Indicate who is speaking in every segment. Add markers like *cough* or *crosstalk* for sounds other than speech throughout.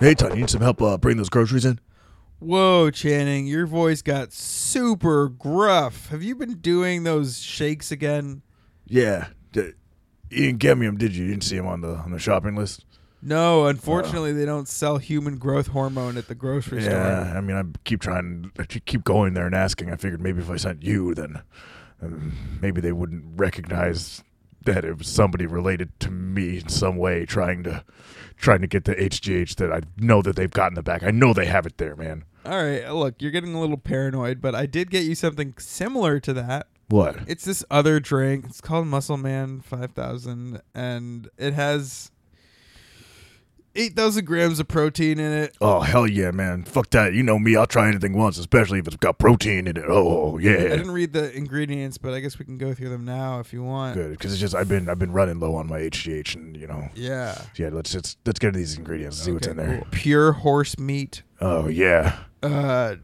Speaker 1: Hey, Todd, you need some help uh, bringing those groceries in?
Speaker 2: Whoa, Channing, your voice got super gruff. Have you been doing those shakes again?
Speaker 1: Yeah. D- you didn't get me them, did you? You didn't see them on the on the shopping list.
Speaker 2: No, unfortunately, they don't sell human growth hormone at the grocery store.
Speaker 1: Yeah. I mean, I keep trying, I keep going there and asking. I figured maybe if I sent you, then um, maybe they wouldn't recognize that it was somebody related to me in some way, trying to trying to get the HGH that I know that they've got in the back. I know they have it there, man.
Speaker 2: All right, look, you're getting a little paranoid, but I did get you something similar to that.
Speaker 1: What?
Speaker 2: It's this other drink. It's called Muscle Man 5000, and it has 8,000 grams of protein in it.
Speaker 1: Oh hell yeah, man! Fuck that. You know me. I'll try anything once, especially if it's got protein in it. Oh
Speaker 2: I
Speaker 1: yeah,
Speaker 2: didn't read the ingredients, but I guess we can go through them now if you want.
Speaker 1: good. Because it's just I've been I've been running low on my HGH, and you know,
Speaker 2: Yeah.
Speaker 1: yeah. Let's just let's get into these ingredients. and See what's in
Speaker 2: Okay,
Speaker 1: there.
Speaker 2: cool. Pure horse meat,
Speaker 1: Oh yeah,
Speaker 2: uh,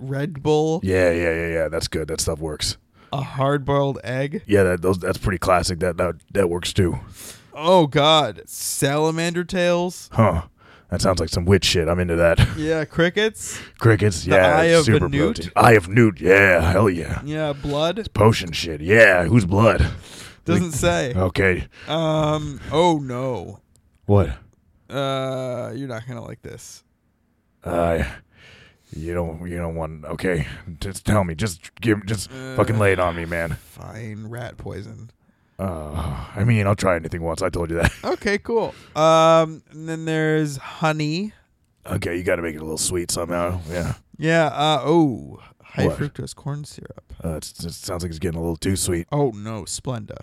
Speaker 2: Red Bull,
Speaker 1: yeah, yeah, yeah, yeah. That's good. That stuff works.
Speaker 2: a hard boiled egg.
Speaker 1: Yeah, that those that's pretty classic. That that that works too.
Speaker 2: Oh, God. Salamander tails.
Speaker 1: Huh? That sounds like some witch shit. I'm into that. *laughs*
Speaker 2: Yeah, crickets.
Speaker 1: Crickets.
Speaker 2: The
Speaker 1: Yeah,
Speaker 2: eye
Speaker 1: that's
Speaker 2: of a
Speaker 1: super
Speaker 2: newt?
Speaker 1: protein. Eye of newt. Yeah, hell yeah.
Speaker 2: Yeah, blood.
Speaker 1: Potion shit. Yeah, who's blood? *laughs*
Speaker 2: Doesn't say.
Speaker 1: Okay.
Speaker 2: Um, oh, no.
Speaker 1: What?
Speaker 2: Uh, you're not going to like this.
Speaker 1: Uh, you don't you don't want okay. Just tell me. Just give just fucking lay it on me, man.
Speaker 2: Fine rat poison.
Speaker 1: Uh, I mean, I'll try anything once. I told you that. *laughs*
Speaker 2: Okay, cool. Um, and then there's honey.
Speaker 1: okay, you got to make it a little sweet somehow. Yeah.
Speaker 2: Yeah. Uh, oh, high
Speaker 1: What?
Speaker 2: fructose corn syrup.
Speaker 1: Uh, it's, it sounds like it's getting a little too sweet.
Speaker 2: Oh no, Splenda.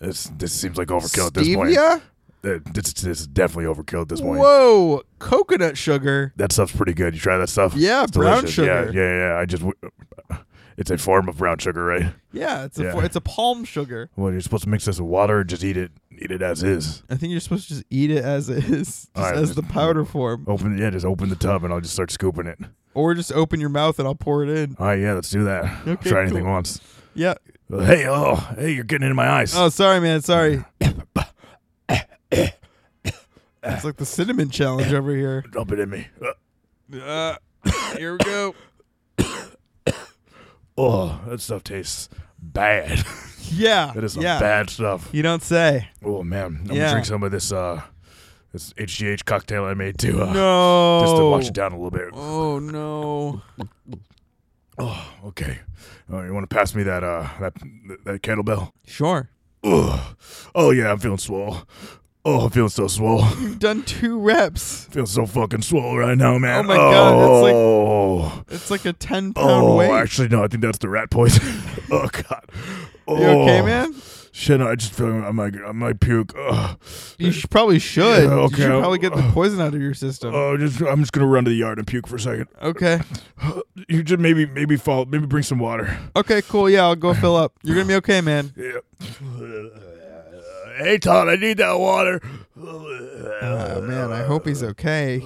Speaker 1: It's, this seems like overkill at Oh, this point.
Speaker 2: Stevia.
Speaker 1: Uh, this, this is definitely overkill at this point.
Speaker 2: Whoa, coconut sugar.
Speaker 1: That stuff's pretty good. You try that stuff?
Speaker 2: Yeah,
Speaker 1: It's
Speaker 2: brown
Speaker 1: delicious.
Speaker 2: sugar.
Speaker 1: Yeah, yeah, yeah. I just, *laughs* it's a form of brown sugar, right?
Speaker 2: Yeah, it's a
Speaker 1: Yeah.
Speaker 2: fo- it's a palm sugar.
Speaker 1: Well, you're supposed to mix this with water and just eat it, eat it as is.
Speaker 2: I think you're supposed to just eat it as it is, *laughs* just
Speaker 1: All right,
Speaker 2: as
Speaker 1: just-
Speaker 2: the powder form,
Speaker 1: Open, yeah, just open the tub and I'll just start scooping it.
Speaker 2: or just open your mouth and I'll pour it in.
Speaker 1: All right, yeah, let's do that.
Speaker 2: Okay,
Speaker 1: Try anything
Speaker 2: cool.
Speaker 1: once. *laughs*
Speaker 2: Yeah.
Speaker 1: Hey, oh, hey, you're getting into my eyes.
Speaker 2: Oh, sorry, man. Sorry. it's like the cinnamon challenge over here.
Speaker 1: Dump it in me. Uh,
Speaker 2: Uh, here we go.
Speaker 1: Oh, that stuff tastes bad.
Speaker 2: *laughs*
Speaker 1: *laughs*
Speaker 2: Yeah.
Speaker 1: that is some
Speaker 2: yeah.
Speaker 1: bad stuff.
Speaker 2: You don't say.
Speaker 1: Oh man, I'm
Speaker 2: Yeah.
Speaker 1: gonna drink some of this uh, this HGH cocktail I made too. Uh,
Speaker 2: no.
Speaker 1: Just to wash it down a little bit.
Speaker 2: Oh no.
Speaker 1: Oh, okay. Oh, you want to pass me that uh that that kettlebell?
Speaker 2: Sure.
Speaker 1: Ugh. Oh yeah, I'm feeling swole. Oh, I'm feeling so swole. *laughs*
Speaker 2: You've done two reps.
Speaker 1: Feeling so fucking swole right now, man.
Speaker 2: Oh my God, that's like-
Speaker 1: oh.
Speaker 2: It's like a ten pound
Speaker 1: Oh,
Speaker 2: weight.
Speaker 1: actually, no. I think that's the rat poison. *laughs* oh God. Oh,
Speaker 2: You okay, man?
Speaker 1: Shit, I just feel I'm like I might puke. Ugh.
Speaker 2: You sh probably should.
Speaker 1: Yeah,
Speaker 2: You
Speaker 1: okay.
Speaker 2: should probably get
Speaker 1: *sighs*
Speaker 2: the poison out of your system.
Speaker 1: Oh, just I'm just gonna run to the yard and puke for a second. *gasps*
Speaker 2: okay.
Speaker 1: You just maybe maybe fall maybe bring some water.
Speaker 2: Okay, cool. Yeah, I'll go fill up. You're gonna be okay, man.
Speaker 1: Yeah. Hey Todd, I need that water.
Speaker 2: Oh man, I hope he's okay.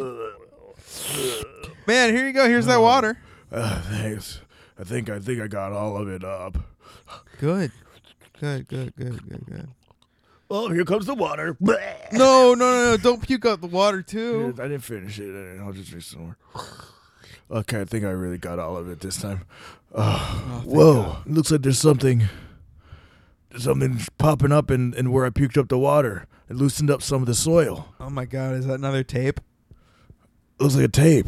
Speaker 2: Man, here you go. Here's that water.
Speaker 1: Uh, thanks. I think I think I got all of it up.
Speaker 2: Good. Good, good, good, good, good.
Speaker 1: Oh, here comes the
Speaker 2: *laughs*
Speaker 1: water.
Speaker 2: No, no, no, no. Don't puke up the water
Speaker 1: I
Speaker 2: too.
Speaker 1: didn't finish it. I'll just drink some more. *sighs* Okay, I think I really got all of it this time. *sighs*
Speaker 2: Oh,
Speaker 1: Uh, whoa, looks like there's something, there's something popping up in, in where I puked up the water. It loosened up some of the soil.
Speaker 2: Oh my god, is that another tape?
Speaker 1: Looks like a tape.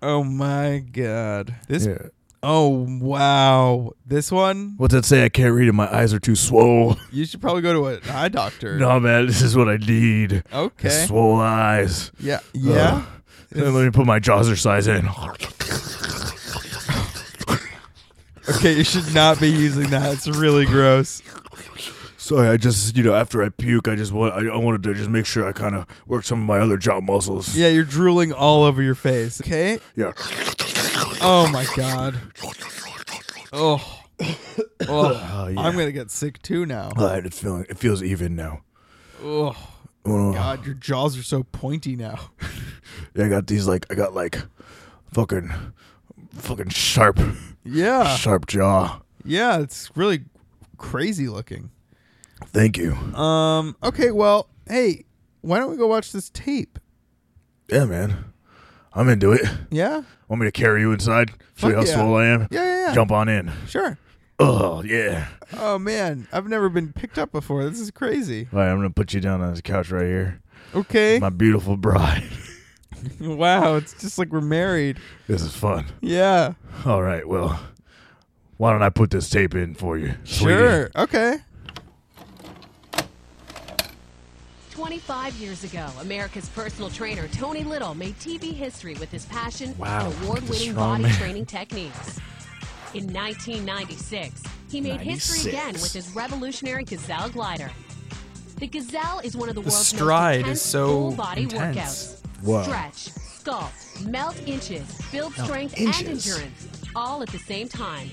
Speaker 2: Oh my god. This
Speaker 1: Yeah.
Speaker 2: Oh wow. This one
Speaker 1: What's that say? I can't read it. My eyes are too swole.
Speaker 2: you should probably go to an eye doctor.
Speaker 1: *laughs* no, man, this is what I need.
Speaker 2: Okay.
Speaker 1: Swole eyes.
Speaker 2: Yeah.
Speaker 1: Uh,
Speaker 2: Yeah.
Speaker 1: Then let me put my Jawser size
Speaker 2: *laughs*
Speaker 1: in.
Speaker 2: okay, you should not be using that. It's really gross.
Speaker 1: Sorry, I just you know after I puke, I just want I, I wanted to just make sure I kind of work some of my other jaw muscles.
Speaker 2: Yeah, you're drooling all over your face. Okay?
Speaker 1: Yeah.
Speaker 2: Oh my god. Oh.
Speaker 3: *coughs*
Speaker 2: oh.
Speaker 1: Oh, yeah.
Speaker 2: I'm going to get sick too now.
Speaker 1: Uh, it feeling it feels even now.
Speaker 2: Oh
Speaker 3: uh.
Speaker 1: Oh,
Speaker 2: god, your jaws are so pointy now.
Speaker 1: yeah, I got these like I got like fucking fucking sharp
Speaker 2: Yeah.
Speaker 1: sharp jaw.
Speaker 2: Yeah, it's really crazy looking.
Speaker 1: Thank you.
Speaker 2: Um okay, well, hey, why don't we go watch this tape?
Speaker 3: yeah, man, I'm into it.
Speaker 2: Yeah.
Speaker 3: Want me to carry you inside? Show you how
Speaker 2: Fuck yeah.
Speaker 3: swole I am?
Speaker 2: Yeah, yeah, yeah.
Speaker 3: Jump on in.
Speaker 2: Sure.
Speaker 3: Oh, yeah.
Speaker 2: Oh man, I've never been picked up before. This is crazy.
Speaker 3: All right, I'm going to put you down on this couch right here.
Speaker 2: Okay.
Speaker 3: My beautiful bride.
Speaker 2: *laughs*
Speaker 3: *laughs*
Speaker 2: wow, it's just like we're married.
Speaker 3: this is fun.
Speaker 2: Yeah.
Speaker 3: All right, well, why don't I put this tape in for you? sweetie?
Speaker 2: Sure. Okay.
Speaker 4: 25 years ago, America's personal trainer Tony Little made TV history with his passion
Speaker 3: Wow,
Speaker 4: and award winning
Speaker 3: strong
Speaker 4: body
Speaker 3: man.
Speaker 4: training techniques. In 1996, he made history
Speaker 3: 96.
Speaker 4: again with his revolutionary Gazelle glider. The Gazelle is one of the, world's
Speaker 5: stride
Speaker 4: most
Speaker 5: is
Speaker 4: intense
Speaker 5: so
Speaker 4: full body
Speaker 5: intense.
Speaker 4: workouts.
Speaker 3: Wow.
Speaker 4: Stretch, sculpt, melt inches, build strength and
Speaker 5: inches.
Speaker 4: endurance, all at the same time.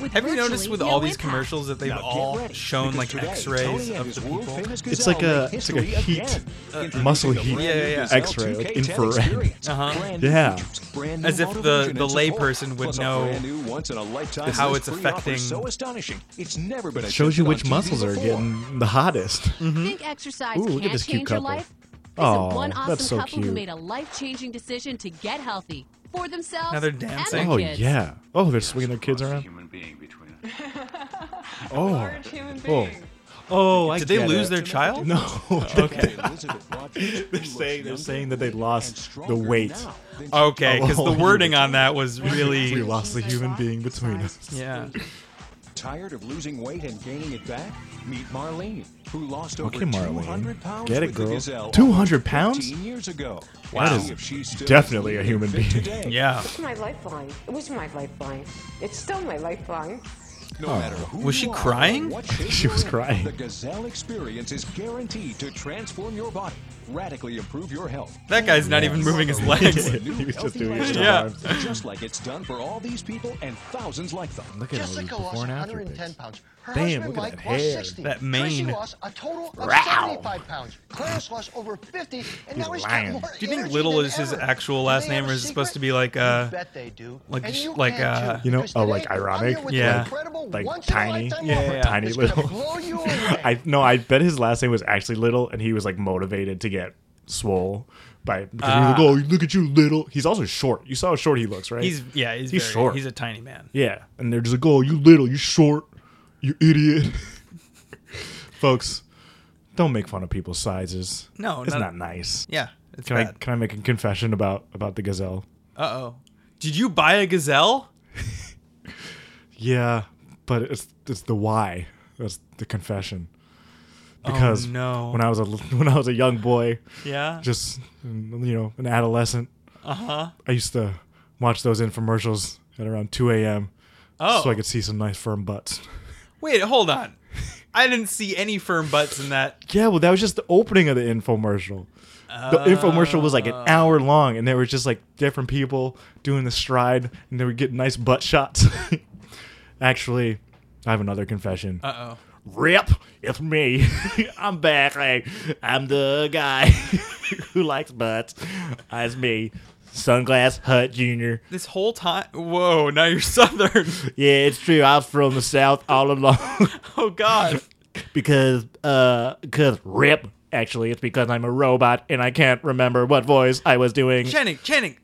Speaker 4: With
Speaker 5: Have you
Speaker 4: virtually
Speaker 5: noticed with
Speaker 4: no
Speaker 5: all these
Speaker 4: impact.
Speaker 5: commercials that they've
Speaker 6: Now get
Speaker 5: all
Speaker 6: ready,
Speaker 5: shown
Speaker 6: because
Speaker 5: like
Speaker 6: today,
Speaker 5: X-rays
Speaker 6: Tony and
Speaker 5: of
Speaker 6: his
Speaker 5: the people?
Speaker 6: world-famous
Speaker 1: It's
Speaker 6: gazelle
Speaker 1: like a-
Speaker 6: make
Speaker 1: it's like a
Speaker 6: history
Speaker 1: heat,
Speaker 6: again,
Speaker 1: uh,
Speaker 6: introducing
Speaker 1: muscle
Speaker 6: a
Speaker 1: heat,
Speaker 6: brand new
Speaker 5: Yeah, yeah, yeah.
Speaker 6: Gazelle
Speaker 1: X-ray,
Speaker 6: 2K10
Speaker 1: infrared.
Speaker 6: experience,
Speaker 5: Uh-huh.
Speaker 6: brand new
Speaker 1: Yeah.
Speaker 6: features, brand new
Speaker 5: As if the-
Speaker 6: motor engine
Speaker 5: the
Speaker 6: and support,
Speaker 5: layperson would
Speaker 6: plus a
Speaker 5: know
Speaker 6: brand new once-in-a-lifetime
Speaker 5: how
Speaker 6: risk-free
Speaker 5: it's
Speaker 6: offer
Speaker 5: affecting-
Speaker 6: So astonishing, it's never been
Speaker 1: Shows you
Speaker 6: attempted
Speaker 1: which
Speaker 6: on TV
Speaker 1: muscles are
Speaker 6: before.
Speaker 1: getting the hottest.
Speaker 2: Mm.
Speaker 5: Mm-hmm.
Speaker 4: Think exercise
Speaker 1: Ooh, look at
Speaker 4: can
Speaker 1: this cute
Speaker 4: change your
Speaker 1: couple.
Speaker 4: life? Visit
Speaker 1: Aw,
Speaker 4: one awesome
Speaker 1: that's so
Speaker 4: couple who
Speaker 1: cute.
Speaker 4: made a life-changing decision to get healthy for themselves
Speaker 5: Now they're
Speaker 4: and their
Speaker 5: dancing.
Speaker 1: Oh
Speaker 4: kids.
Speaker 1: yeah. Oh, they're swinging their kids around.
Speaker 7: Human being between
Speaker 1: Oh.
Speaker 8: large human
Speaker 1: Oh.
Speaker 8: being.
Speaker 1: Oh, I
Speaker 5: Did they
Speaker 1: get
Speaker 5: lose
Speaker 1: it.
Speaker 5: their child?
Speaker 1: No.
Speaker 6: *laughs*
Speaker 1: *laughs*
Speaker 5: Okay.
Speaker 6: they're
Speaker 1: They're saying they're saying that they lost the weight.
Speaker 5: Okay,
Speaker 1: *laughs*
Speaker 5: because
Speaker 1: Oh,
Speaker 5: the
Speaker 1: you
Speaker 5: wording
Speaker 1: were-
Speaker 5: on that
Speaker 1: *laughs*
Speaker 5: was
Speaker 1: We
Speaker 5: really
Speaker 1: lost the human being between us. *laughs*
Speaker 5: yeah.
Speaker 6: Tired of losing weight and gaining it back? Meet Marlene, who lost over
Speaker 1: Okay, Marlene.
Speaker 6: 200 pounds
Speaker 1: Get it,
Speaker 6: with
Speaker 1: girl.
Speaker 6: the Gazelle
Speaker 1: 200 pounds?
Speaker 6: 15 years ago.
Speaker 5: Wow.
Speaker 6: That is
Speaker 1: definitely a human being.
Speaker 6: Today.
Speaker 5: Yeah.
Speaker 8: It's my lifeline. It was my lifeline. It's still my lifeline.
Speaker 6: No matter who
Speaker 5: Was she
Speaker 6: you are or
Speaker 1: *laughs*
Speaker 5: crying?
Speaker 6: what shape
Speaker 1: Oh. She
Speaker 6: you're
Speaker 1: was
Speaker 6: in,
Speaker 1: crying.
Speaker 6: The Gazelle experience is guaranteed to transform your body, radically improve your health.
Speaker 5: That guy's not even moving his legs.
Speaker 6: Into a new
Speaker 1: He was just
Speaker 6: healthy
Speaker 1: doing his
Speaker 5: Yeah.
Speaker 6: lifestyle. Just like it's done for all these people and thousands like them.
Speaker 1: Look at all these
Speaker 9: Jessica lost
Speaker 1: before and after
Speaker 9: 110
Speaker 1: pics.
Speaker 9: pounds. Her
Speaker 1: Damn,
Speaker 9: husband
Speaker 1: look at
Speaker 9: Mike
Speaker 1: that
Speaker 9: lost
Speaker 1: hair.
Speaker 9: 60.
Speaker 5: That
Speaker 9: Tracy
Speaker 5: mane.
Speaker 9: lost a total of
Speaker 1: Wow.
Speaker 9: 75 pounds.
Speaker 1: *laughs*
Speaker 9: Clarence lost over 50, and now he's got
Speaker 1: lying.
Speaker 9: more
Speaker 5: Do you think
Speaker 9: energy
Speaker 5: Little
Speaker 9: than
Speaker 5: is his
Speaker 9: ever.
Speaker 5: actual
Speaker 9: Do they
Speaker 5: last
Speaker 9: have
Speaker 5: name,
Speaker 9: a
Speaker 5: or is it supposed
Speaker 9: secret?
Speaker 5: to be like, uh,
Speaker 9: You bet they do.
Speaker 5: like-
Speaker 9: And you
Speaker 5: like,
Speaker 9: can,
Speaker 5: uh,
Speaker 9: too,
Speaker 1: You know,
Speaker 9: because
Speaker 1: oh, like
Speaker 9: today, I'm
Speaker 1: ironic?
Speaker 9: here with
Speaker 5: Yeah.
Speaker 9: an incredible
Speaker 1: Like
Speaker 9: once-in-a-lifetime
Speaker 1: tiny? Yeah,
Speaker 9: offer
Speaker 5: yeah.
Speaker 1: Tiny
Speaker 9: that's gonna
Speaker 1: little. *laughs*
Speaker 9: blow you
Speaker 1: I
Speaker 9: away.
Speaker 1: no, I bet his last name was actually Little, and he was like motivated to get swole by because he was like, "Oh, look at you, Little." He's also short. You saw how short he looks, right?
Speaker 5: he's *laughs* yeah, he's,
Speaker 1: He's
Speaker 5: very,
Speaker 1: short.
Speaker 5: He's a tiny man.
Speaker 1: yeah, and they're just like, "Oh, you Little, you short, you idiot." *laughs* Folks, don't make fun of people's sizes.
Speaker 5: No,
Speaker 1: it's
Speaker 5: not-
Speaker 1: not, nice.
Speaker 5: Yeah, it's
Speaker 1: Can I
Speaker 5: bad.
Speaker 1: can I make a confession about about the gazelle?
Speaker 5: Uh oh. Did you buy a gazelle?
Speaker 1: Yeah, but it's it's the why. That's the confession.
Speaker 5: Oh,
Speaker 1: Because
Speaker 5: no.
Speaker 1: when I was a l- *laughs* when I was a young boy,
Speaker 5: Yeah.
Speaker 1: just mm, you know an adolescent.
Speaker 5: Uh-huh.
Speaker 1: Uh huh. I used to watch those infomercials at around 2 a.m.
Speaker 5: oh.
Speaker 1: so I could see some nice firm butts.
Speaker 5: Wait, hold on. I didn't see any firm butts in that.
Speaker 1: *laughs* Yeah, well, that was just the opening of the infomercial. The infomercial was like an hour long, and there was just like different people doing the stride, and they were getting nice butt shots. Actually, I have another confession.
Speaker 5: Uh oh.
Speaker 1: Rip, it's me. I'm back. Like, I'm the guy *laughs* who likes butts. That's me. Sunglass Hut Jr.
Speaker 5: This whole time. Whoa, now
Speaker 1: *laughs*
Speaker 5: you're *laughs* southern.
Speaker 1: Yeah, it's true. I was from the South all along *laughs*
Speaker 5: oh God.
Speaker 1: because, uh, because rip. Actually, it's because I'm a robot and I can't remember what voice I was doing.
Speaker 5: Channing, Channing.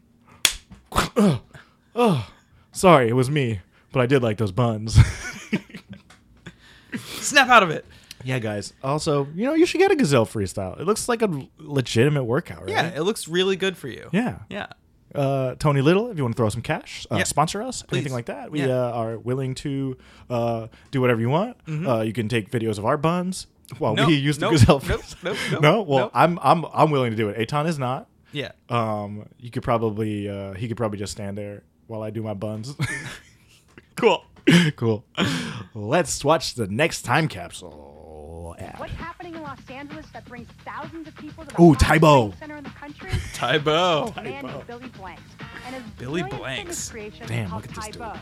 Speaker 1: Sorry, it was me, but I did like those buns. *laughs*
Speaker 5: Snap out of it.
Speaker 1: yeah, guys. Also, you know, you should get a gazelle freestyle. It looks like a legitimate workout, right?
Speaker 5: Yeah, it looks really good for you.
Speaker 1: Yeah.
Speaker 5: Yeah.
Speaker 1: uh, Tony Little, if you want to throw us some cash, uh,
Speaker 5: Yeah.
Speaker 1: sponsor us, anything
Speaker 5: Please.
Speaker 1: like that. We
Speaker 5: Yeah.
Speaker 1: uh, are willing to uh, do whatever you want. Uh, you can take videos of our buns while
Speaker 5: No,
Speaker 1: we *laughs* use the
Speaker 5: nope,
Speaker 1: gazelle.
Speaker 5: nope, nope, nope,
Speaker 1: no, well,
Speaker 5: nope.
Speaker 1: I'm I'm I'm willing to do it. Aton is not.
Speaker 5: Yeah.
Speaker 1: Um, you could probably uh, he could probably just stand there while I do my buns.
Speaker 5: *laughs* Cool.
Speaker 1: *laughs* cool. Let's watch the next time capsule. ad.
Speaker 10: What's happening in Los Angeles that brings thousands of people to the
Speaker 1: Ooh,
Speaker 10: hottest
Speaker 1: Tybo.
Speaker 10: training center in the country?
Speaker 5: Tybo.
Speaker 10: A man named Billy Blanks and his
Speaker 5: Billy
Speaker 10: brilliant
Speaker 5: Blanks.
Speaker 10: fitness creation
Speaker 1: Damn,
Speaker 10: called
Speaker 1: look at this dude.
Speaker 10: Tybo.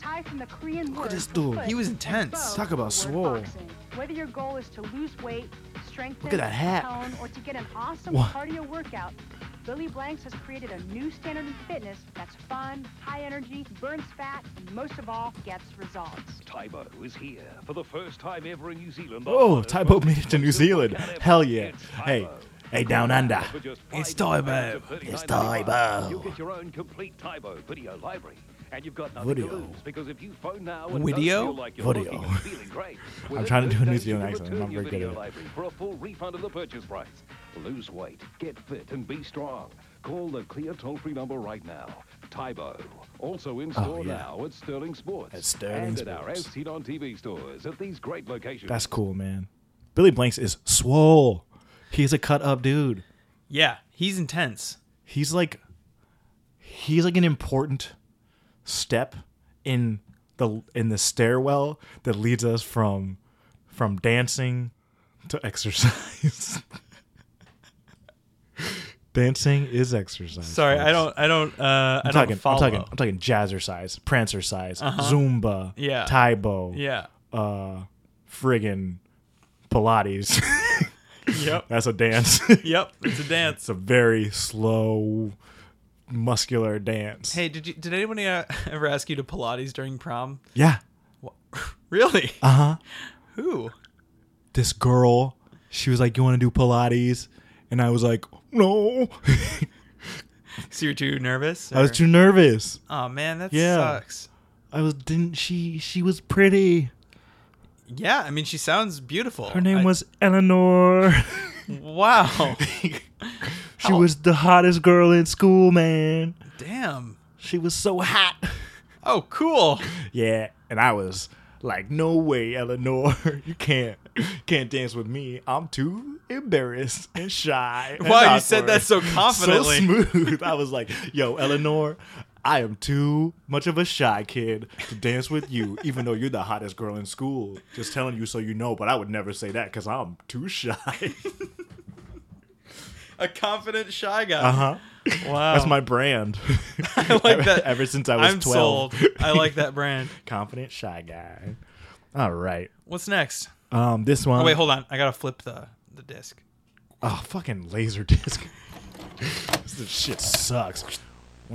Speaker 10: Ty from the Korean word
Speaker 1: at this
Speaker 10: for
Speaker 1: dude.
Speaker 10: foot
Speaker 5: He was
Speaker 10: and
Speaker 5: intense.
Speaker 10: bo
Speaker 1: Talk about
Speaker 10: for
Speaker 1: swole.
Speaker 10: boxing. Whether your goal is to lose weight, strengthen,
Speaker 1: Look at that hat.
Speaker 10: tone, or to get an awesome
Speaker 1: What?
Speaker 10: cardio workout, Billy Blanks has created a new standard in fitness that's fun, high energy, burns fat, and most of all, gets results.
Speaker 7: Tybo is here for the first time ever in New Zealand.
Speaker 1: Oh, Tybo made it to New Zealand. Hell yeah. Hey, Hey, down under.
Speaker 7: For just
Speaker 2: It's
Speaker 7: five
Speaker 2: Tybo.
Speaker 7: pounds of
Speaker 1: It's
Speaker 7: 39.95,
Speaker 1: Tybo.
Speaker 7: You'll get your own complete Tybo video library. And you've got nothing
Speaker 1: Video.
Speaker 7: to lose because if you phone now and
Speaker 5: Video?
Speaker 7: don't feel like you're
Speaker 1: Video.
Speaker 7: looking and
Speaker 1: *laughs*
Speaker 7: feeling great, within
Speaker 1: trying to do a
Speaker 7: 30
Speaker 1: New
Speaker 7: days you
Speaker 1: Zealand
Speaker 7: can
Speaker 1: accent. I'm
Speaker 7: return
Speaker 1: not
Speaker 7: your
Speaker 1: very good at
Speaker 7: video
Speaker 1: it.
Speaker 7: library for a full refund of the purchase price. Lose weight, get fit, and be strong. Call the clear toll-free number right now. Tybo. Also in store
Speaker 1: Oh, yeah.
Speaker 7: now at Sterling Sports.
Speaker 1: At Sterling
Speaker 7: and at our
Speaker 1: Sports.
Speaker 7: FC on TV stores at these great locations.
Speaker 1: That's cool, man. Billy Blanks is swole. He's a cut up dude.
Speaker 5: Yeah, he's intense.
Speaker 1: He's like, he's like an important step in the in the stairwell that leads us from from dancing to exercise. *laughs* dancing is exercise.
Speaker 5: Sorry,
Speaker 1: folks.
Speaker 5: I don't, I don't, uh, I
Speaker 1: I'm
Speaker 5: don't
Speaker 1: talking,
Speaker 5: follow. Uh-huh.
Speaker 1: I'm talking. I'm talking jazzercise, prancercise, zumba,
Speaker 5: Yeah.
Speaker 1: taibo, *laughs*
Speaker 5: Yeah.
Speaker 1: uh, friggin' Pilates. *laughs*
Speaker 5: Yep.
Speaker 1: That's a dance.
Speaker 5: yep. It's a dance.
Speaker 1: it's a very slow, muscular dance.
Speaker 5: Hey, did you? Did anyone uh, *laughs* ever ask you to Pilates during prom?
Speaker 1: Yeah,
Speaker 5: *laughs*
Speaker 1: Uh-huh.
Speaker 5: Really? Uh huh. Who?
Speaker 1: this girl, she was like, "You want to do Pilates?" And I was like, "No,
Speaker 5: So you're too nervous?
Speaker 1: I was too nervous."
Speaker 5: Oh man, that
Speaker 1: Yeah.
Speaker 5: sucks.
Speaker 1: I was didn't she? She was pretty.
Speaker 5: Yeah, I mean, she sounds beautiful.
Speaker 1: Her name
Speaker 5: I-
Speaker 1: was Eleanor.
Speaker 5: Wow. *laughs*
Speaker 1: she was the hottest girl in school, man.
Speaker 5: Damn.
Speaker 1: She was so hot.
Speaker 5: Oh, cool.
Speaker 1: Yeah, and I was like, "No way, Eleanor, *laughs* you can't, can't dance with me. I'm too embarrassed and shy." and
Speaker 5: Wow, you said that so
Speaker 1: awkward."
Speaker 5: confidently.
Speaker 1: *laughs* so smooth. I was
Speaker 5: *laughs*
Speaker 1: like, "Yo, Eleanor, I am too much of a shy kid to dance with you, even though you're the hottest girl in school." Just telling you so you know, but I would never say that because I'm too
Speaker 5: *laughs*
Speaker 1: shy.
Speaker 5: A confident shy guy.
Speaker 1: Uh huh.
Speaker 5: Wow.
Speaker 1: That's my brand.
Speaker 5: *laughs*
Speaker 1: *laughs*
Speaker 5: I like that.
Speaker 1: Ever since I was
Speaker 5: I'm
Speaker 1: 12.
Speaker 5: sold. I like
Speaker 1: *laughs*
Speaker 5: that brand.
Speaker 1: Confident shy guy. All right.
Speaker 5: What's next?
Speaker 1: Um, this one.
Speaker 5: Oh wait, hold on. I gotta flip the the disc.
Speaker 1: Oh, fucking laser disc. *laughs* this shit sucks. *laughs*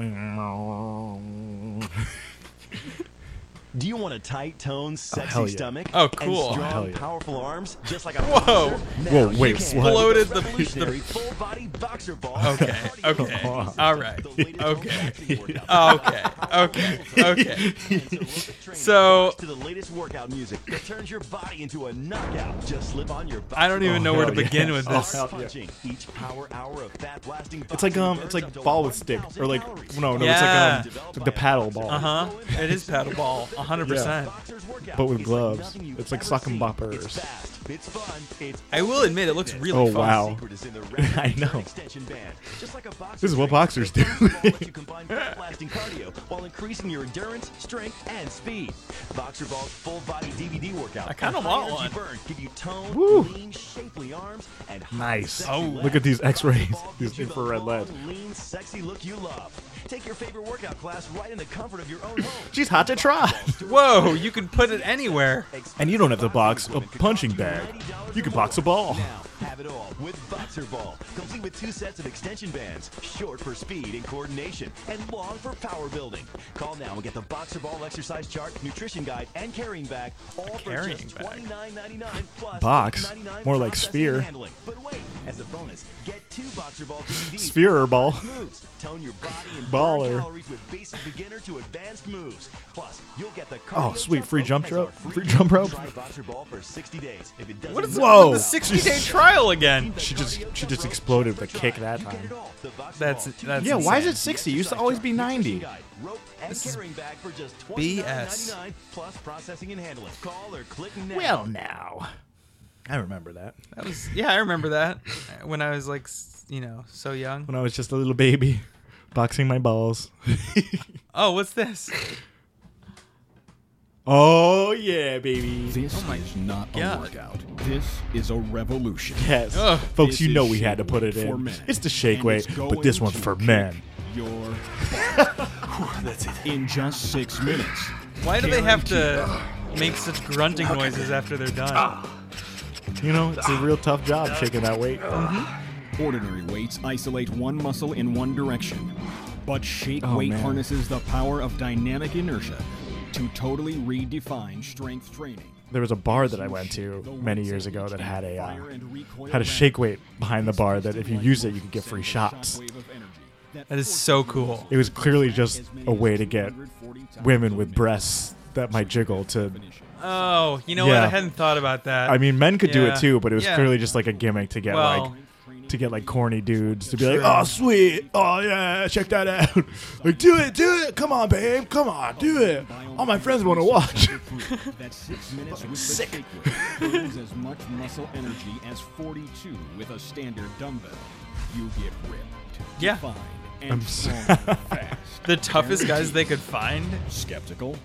Speaker 6: Do you want a tight toned, sexy
Speaker 1: hell yeah.
Speaker 6: stomach?
Speaker 5: Oh, cool.
Speaker 6: And
Speaker 1: Hell
Speaker 6: strong,
Speaker 1: yeah.
Speaker 6: powerful arms, just like a
Speaker 5: Whoa.
Speaker 6: boxer? Now
Speaker 1: Whoa,
Speaker 6: you
Speaker 1: wait,
Speaker 6: can.
Speaker 1: what?
Speaker 5: Exploded the-
Speaker 6: Revolutionary full-body boxer ball.
Speaker 5: Okay.
Speaker 6: Cardio
Speaker 5: Okay.
Speaker 6: training
Speaker 5: All
Speaker 6: system,
Speaker 5: right.
Speaker 6: the latest home
Speaker 5: Okay.
Speaker 6: boxing workout.
Speaker 5: Oh, Okay. Okay.
Speaker 1: *laughs*
Speaker 5: *laughs* Okay. *laughs* So-
Speaker 6: to the latest workout music that turns your body into a knockout. Just slip on your.
Speaker 5: I don't even know where to
Speaker 1: hell yeah.
Speaker 5: begin with
Speaker 1: Oh,
Speaker 5: this.
Speaker 1: hell
Speaker 6: punching. Each power hour of fat blasting.
Speaker 1: It's like um, it's like ball with stick, or like no, no,
Speaker 5: Yeah.
Speaker 1: it's like um, the paddle ball,
Speaker 5: Uh huh. It is paddle ball. 100. percent
Speaker 1: but with gloves. It's like sucking boppers.
Speaker 6: It's fun. It's
Speaker 5: I will admit, it looks really
Speaker 1: Oh,
Speaker 5: fun.
Speaker 1: wow.
Speaker 6: secret
Speaker 1: *laughs*
Speaker 6: is in the rapid
Speaker 1: I
Speaker 6: return
Speaker 1: know.
Speaker 6: extension band. Just like a boxer
Speaker 1: This is what
Speaker 6: trainer,
Speaker 1: boxers
Speaker 6: the
Speaker 1: do.
Speaker 6: boxing ball lets
Speaker 1: *laughs*
Speaker 6: you combine fat blasting cardio while increasing your endurance, strength, and speed. Boxer Ball's full body DVD workout.
Speaker 5: I kinda
Speaker 6: and
Speaker 5: want
Speaker 6: high-energy
Speaker 5: one.
Speaker 6: Burn give you toned,
Speaker 1: Woo.
Speaker 6: lean, shapely arms and hot,
Speaker 1: Nice.
Speaker 6: sexy
Speaker 1: Oh,
Speaker 6: legs.
Speaker 1: look at these
Speaker 6: Boxer
Speaker 1: x-rays,
Speaker 6: Ball
Speaker 1: these
Speaker 6: gives you the
Speaker 1: infrared
Speaker 6: long,
Speaker 1: leds.
Speaker 6: Lean, sexy look you love. Take your favorite workout class right in the comfort of your
Speaker 1: *laughs*
Speaker 6: own home.
Speaker 1: She's hot to try,
Speaker 5: Whoa! You can put it anywhere.
Speaker 1: and you don't have to box a punching bag. You can box a ball.
Speaker 6: Now, have it all with Boxer Ball, complete with two sets of extension bands, short for speed and coordination, and long for power building. Call now and get the Boxer Ball exercise chart, nutrition guide, and carrying bag, all
Speaker 5: carrying
Speaker 6: for just
Speaker 5: bag.
Speaker 6: $29.99 plus
Speaker 1: Box?
Speaker 6: $59.99
Speaker 1: More like
Speaker 6: processing
Speaker 1: sphere.
Speaker 6: and handling. But wait, as a bonus, get two Boxer Ball DVDs.
Speaker 1: Sphere or ball?
Speaker 6: Moves. Tone your body and
Speaker 1: Baller.
Speaker 6: burn calories with basic beginner to advanced moves. Plus, you'll get the
Speaker 1: Oh,
Speaker 6: cardio
Speaker 1: sweet, free
Speaker 6: jump
Speaker 1: jump
Speaker 6: rope
Speaker 1: rope?
Speaker 6: as our
Speaker 1: Free jump rope?
Speaker 6: Try Boxer Ball for 60 days. If it doesn't
Speaker 5: What is
Speaker 6: work,
Speaker 1: Whoa.
Speaker 5: with the 60
Speaker 1: *laughs*
Speaker 5: day trial again?
Speaker 1: She just she just exploded with a kick that
Speaker 6: you get
Speaker 1: time.
Speaker 6: it all. The Boxer
Speaker 5: That's
Speaker 6: Ball,
Speaker 5: that's.
Speaker 1: Yeah, why is
Speaker 5: insane.
Speaker 1: it 60? It used to always be 90.
Speaker 6: guide, rope, and
Speaker 5: This is
Speaker 6: carrying bag for just
Speaker 5: BS.
Speaker 6: $29.99 plus processing and handling. Call or click now.
Speaker 1: Well, now. I remember that
Speaker 5: That was yeah. I remember that when I was like, s- you know, so young.
Speaker 1: when I was just a little baby, *laughs* boxing my balls.
Speaker 5: Oh, what's this?
Speaker 1: Oh yeah, baby.
Speaker 11: This is not
Speaker 5: God.
Speaker 11: a workout. This is a revolution.
Speaker 1: Yes.
Speaker 5: Ugh.
Speaker 1: Folks,
Speaker 11: This
Speaker 1: you
Speaker 11: is
Speaker 1: know we had to
Speaker 11: Shake
Speaker 1: put
Speaker 11: Weight
Speaker 1: it
Speaker 11: for
Speaker 1: in.
Speaker 11: men.
Speaker 1: It's the shake
Speaker 11: And
Speaker 1: weight,
Speaker 11: it's
Speaker 1: but
Speaker 11: going
Speaker 1: this one's
Speaker 11: to
Speaker 1: for
Speaker 11: kick
Speaker 1: men. *laughs*
Speaker 11: Your that's it. In just six minutes,
Speaker 5: Why do they have to make such grunting noises after they're done?
Speaker 1: Ah. You know, it's
Speaker 11: Ah.
Speaker 1: a real tough job shaking that weight.
Speaker 11: ordinary weights isolate one muscle in one direction, but shake
Speaker 1: Oh,
Speaker 11: weight
Speaker 1: man.
Speaker 11: harnesses the power of dynamic inertia to totally redefine strength training.
Speaker 1: there was a bar that I went to many years ago that had a uh, had a shake weight behind the bar that if you used it you could get free shots.
Speaker 5: That is so cool.
Speaker 1: It was clearly just a way to get women with breasts that might jiggle to.
Speaker 5: Oh, you know what?
Speaker 1: Yeah.
Speaker 5: I hadn't thought about that.
Speaker 1: I mean, men could do
Speaker 5: Yeah.
Speaker 1: it too, but it was
Speaker 5: Yeah.
Speaker 1: clearly just like a gimmick to get
Speaker 5: Well-
Speaker 1: like to get like corny dudes to be like,
Speaker 12: True.
Speaker 1: oh sweet, oh yeah, check that out, *laughs* like do it, do it, come on babe, come on, do it. All my friends want to
Speaker 6: *laughs*
Speaker 1: watch.
Speaker 11: That's six minutes with the shake weight burns as much muscle energy as 42 with a standard dumbbell. You get ripped,
Speaker 5: Yeah.
Speaker 11: defined,
Speaker 5: I'm
Speaker 11: and
Speaker 5: s-
Speaker 11: strong fast.
Speaker 5: The toughest guys
Speaker 11: Guaranteed.
Speaker 5: they could find.
Speaker 11: Skeptical.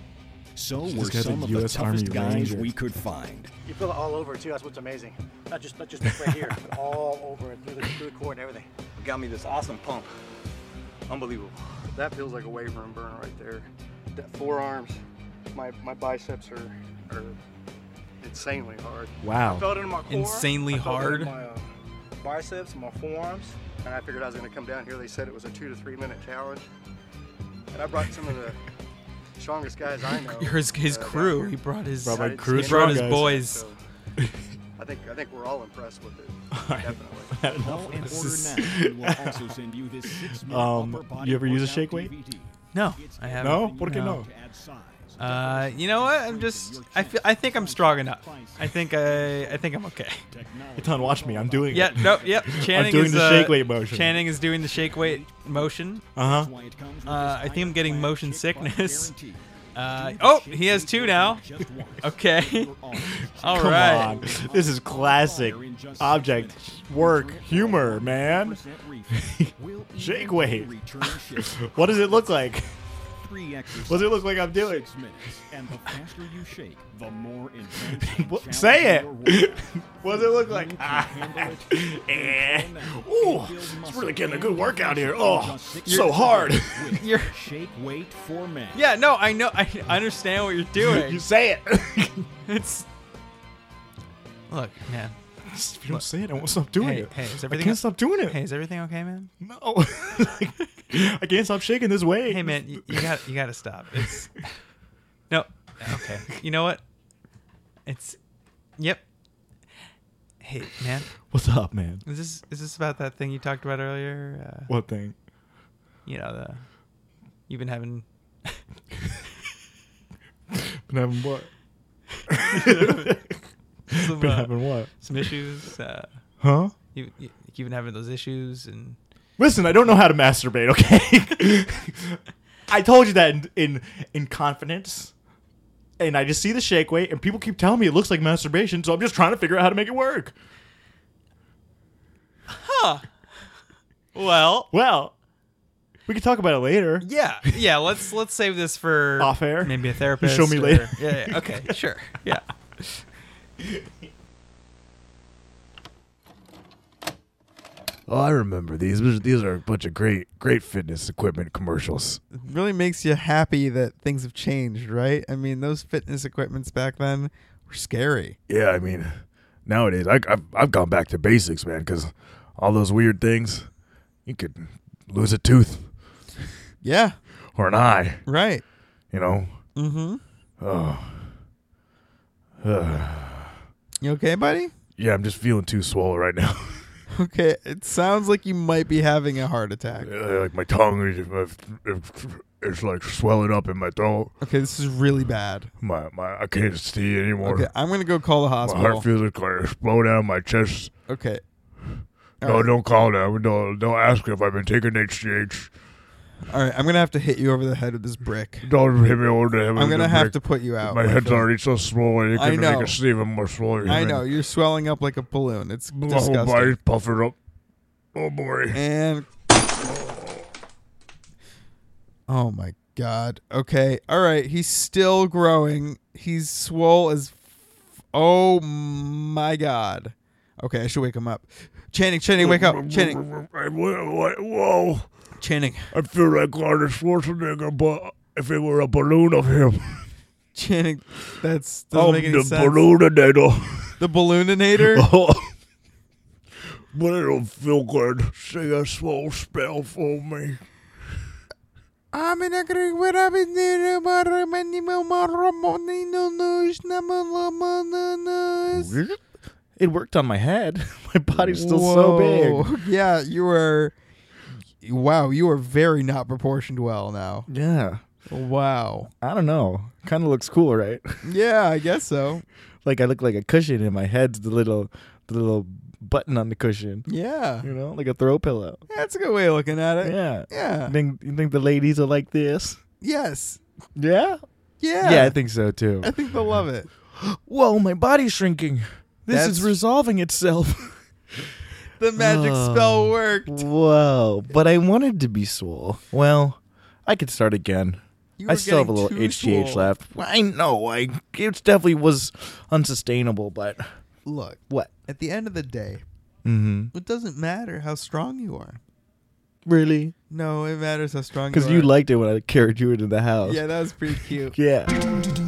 Speaker 11: So
Speaker 1: This
Speaker 11: were
Speaker 1: guy's a
Speaker 11: some of the
Speaker 1: US
Speaker 11: toughest
Speaker 1: Army
Speaker 11: guys
Speaker 1: Ranger.
Speaker 11: we could find.
Speaker 9: You feel it all over too. That's what's amazing. Not just not just this
Speaker 1: *laughs*
Speaker 9: right here, but all over it through the through the core and everything.
Speaker 13: Got me this awesome pump. Unbelievable. That feels like a wave room burn right there.
Speaker 9: That forearms, my my biceps are are insanely hard.
Speaker 1: Wow.
Speaker 9: I felt it in my core.
Speaker 5: Insanely
Speaker 9: I felt it in
Speaker 5: hard.
Speaker 9: My uh, biceps, my forearms, and I figured I was going to come down here. They said it was a two to three minute challenge, and I brought some of the strongest guys I know.
Speaker 5: His his
Speaker 9: uh, down
Speaker 5: crew.
Speaker 9: here.
Speaker 5: He brought his
Speaker 1: Brought my
Speaker 5: he
Speaker 1: crew
Speaker 5: brought his
Speaker 1: strong guys.
Speaker 5: boys.
Speaker 9: I think I think we're all impressed with it.
Speaker 1: I don't
Speaker 9: Definitely.
Speaker 1: know
Speaker 11: Call
Speaker 1: if
Speaker 11: and
Speaker 1: this
Speaker 11: order
Speaker 1: is- *laughs*
Speaker 11: now. We will also send you this six-minute upper
Speaker 1: um,
Speaker 11: body
Speaker 1: you ever use a
Speaker 11: workout
Speaker 1: shake weight?
Speaker 5: No, I haven't.
Speaker 1: No? ¿Por qué no?
Speaker 5: Uh, you know what? I'm just. I feel. I think I'm strong enough. I think I. I think I'm okay.
Speaker 1: Eitan, watch me. I'm doing
Speaker 5: Yeah.
Speaker 1: it.
Speaker 5: No. Yep.
Speaker 1: *laughs*
Speaker 5: Channing
Speaker 1: I'm doing
Speaker 5: is
Speaker 1: the
Speaker 5: uh,
Speaker 1: shake weight motion.
Speaker 5: Channing is doing the shake weight motion.
Speaker 1: Uh-huh.
Speaker 5: Uh, I think I'm getting motion sickness. *laughs* Uh, oh, he has two now. *laughs* Okay. *laughs* All
Speaker 1: Come
Speaker 5: right.
Speaker 1: on. This is classic object work humor, man.
Speaker 5: *laughs*
Speaker 1: Shake weight. *laughs* what does it look like?
Speaker 11: Three exercises.
Speaker 1: What does it look like I'm doing?
Speaker 11: Six minutes, and the faster you shake, the
Speaker 5: *laughs*
Speaker 11: more intense. and
Speaker 1: What- Say it. *laughs*
Speaker 11: challenging your workout.
Speaker 1: what does it look like?
Speaker 11: Ah.
Speaker 1: *laughs* Eh. Ooh, it's really getting a good workout here. Oh, *laughs* so
Speaker 11: You're-
Speaker 5: *laughs*
Speaker 1: hard.
Speaker 5: You're
Speaker 11: shake weight for men.
Speaker 5: Yeah. No. I know. I
Speaker 1: *laughs*
Speaker 5: understand what you're doing.
Speaker 1: You say it.
Speaker 5: it's. Look, man.
Speaker 1: If you don't say it, I won't stop doing
Speaker 5: hey,
Speaker 1: it.
Speaker 5: Hey, is
Speaker 1: I
Speaker 5: everything
Speaker 1: can't stop doing it.
Speaker 5: Hey, is everything okay, man?
Speaker 1: No. *laughs* I can't stop shaking this weight.
Speaker 5: Hey, man, you, you got you got to stop. It's *laughs* no, okay. You know what? It's yep. Hey, man,
Speaker 1: What's up, man?
Speaker 5: is this is this about that thing you talked about earlier? Uh,
Speaker 1: What thing?
Speaker 5: You know the you've been having.
Speaker 1: Been having what?
Speaker 5: *laughs* some,
Speaker 1: Been
Speaker 5: uh,
Speaker 1: having what?
Speaker 5: Some issues. Uh,
Speaker 1: Huh?
Speaker 5: You, you you've been having those issues and.
Speaker 1: Listen, I don't know how to masturbate,
Speaker 5: *laughs*
Speaker 1: okay? I told you that in, in in confidence. And I just see the shake weight and people keep telling me it looks like masturbation, so I'm just trying to figure out how to make it work.
Speaker 5: Well,
Speaker 1: Well, we can talk about it later.
Speaker 5: yeah, yeah. Let's let's save this for
Speaker 1: Off air.
Speaker 5: Maybe a therapist.
Speaker 1: show me
Speaker 5: or-
Speaker 1: later.
Speaker 5: Yeah, yeah. Okay. Sure.
Speaker 1: *laughs*
Speaker 5: Yeah.
Speaker 12: Oh, I remember these. These- These are a bunch of great, great fitness equipment commercials.
Speaker 2: It really makes you happy that things have changed, right? I mean, those fitness equipments back then were scary.
Speaker 12: Yeah, I mean, nowadays I, I've I've gone back to basics, man, because all those weird things, you could lose a tooth
Speaker 2: Yeah,
Speaker 12: or an eye,
Speaker 2: right.
Speaker 12: you know.
Speaker 2: Mm-hmm.
Speaker 12: Oh, Ugh.
Speaker 2: You okay, buddy? *laughs*
Speaker 12: yeah, I'm just feeling too swollen right now. *laughs*
Speaker 2: Okay, it sounds like you might be having a heart attack.
Speaker 12: Uh, like my tongue is it's, it's like swelling up in my throat.
Speaker 2: Okay, this is really bad.
Speaker 12: My my I can't see anymore.
Speaker 2: Okay, I'm gonna go call the
Speaker 12: my
Speaker 2: hospital.
Speaker 12: heart feels like gonna explode out of my chest.
Speaker 2: okay.
Speaker 12: no,
Speaker 2: Alright.
Speaker 12: don't call them. Don't don't ask if I've been taking HGH.
Speaker 2: All right, I'm gonna have to hit you over the head with this brick.
Speaker 12: Don't hit me over the head.
Speaker 2: I'm
Speaker 12: with
Speaker 2: gonna
Speaker 12: the
Speaker 2: have
Speaker 12: brick.
Speaker 2: to put you out,
Speaker 12: My
Speaker 2: my
Speaker 12: head's
Speaker 2: friend.
Speaker 12: already so swollen. You
Speaker 2: I
Speaker 12: can
Speaker 2: know.
Speaker 12: make it even more swollen.
Speaker 2: I know you're swelling up like a balloon. It's
Speaker 12: My whole
Speaker 2: disgusting.
Speaker 12: body's puffing up. Oh boy.
Speaker 2: And oh my god. Okay. All right. He's still growing. He's swole as. F- oh my god. Okay, I should wake him up. Channing, Channing, wake up, Channing,
Speaker 12: *laughs* Whoa!
Speaker 2: Channing,
Speaker 12: I feel like Arnold Schwarzenegger, but if it were a balloon of
Speaker 1: *laughs*
Speaker 12: him,
Speaker 2: Channing. That's doesn't
Speaker 1: Oh,
Speaker 12: I'm
Speaker 2: make any
Speaker 12: the
Speaker 2: sense.
Speaker 12: ballooninator.
Speaker 2: The ballooninator.
Speaker 12: *laughs* but I don't feel good. Say a small spell for me.
Speaker 2: I'm in a great where I've been there, but I'm in the middle of the morning, no, no, it's not my love, my no, no, it's-
Speaker 1: It worked on my head. *laughs* My body's still so
Speaker 2: Whoa. *laughs*
Speaker 1: big.
Speaker 2: Yeah, you are. Wow, you are very not proportioned well now.
Speaker 1: Yeah.
Speaker 2: Wow.
Speaker 1: I don't know. Kind of looks cool, right? *laughs*
Speaker 2: Yeah, I guess so.
Speaker 1: like I look like a cushion, and my head's the little, the little button on the cushion.
Speaker 2: Yeah.
Speaker 1: You know, like a throw pillow.
Speaker 2: That's a good way of looking at it.
Speaker 1: Yeah.
Speaker 2: Yeah.
Speaker 1: You think, you think the ladies are like this?
Speaker 2: Yes.
Speaker 1: Yeah.
Speaker 2: Yeah.
Speaker 1: Yeah, I think so too.
Speaker 2: I think they'll love it.
Speaker 1: Whoa, my body's shrinking. This
Speaker 2: That's-
Speaker 1: is resolving itself. *laughs*
Speaker 2: The magic spell
Speaker 1: Oh.
Speaker 2: worked.
Speaker 1: Whoa. But I wanted to be swole. Well, I could start again.
Speaker 2: You
Speaker 1: I
Speaker 2: were
Speaker 1: still have a
Speaker 2: getting
Speaker 1: little
Speaker 2: too
Speaker 1: HGH
Speaker 2: swole.
Speaker 1: left. I know. I it definitely was unsustainable, but
Speaker 2: Look,
Speaker 1: what?
Speaker 2: at the end of the day,
Speaker 1: Mm-hmm.
Speaker 2: it doesn't matter how strong you are.
Speaker 1: Really?
Speaker 2: No, it matters how strong
Speaker 1: Because
Speaker 2: you
Speaker 1: you
Speaker 2: are.
Speaker 1: liked it when I carried you into the house. *laughs*
Speaker 2: Yeah, that was pretty cute.
Speaker 1: Yeah.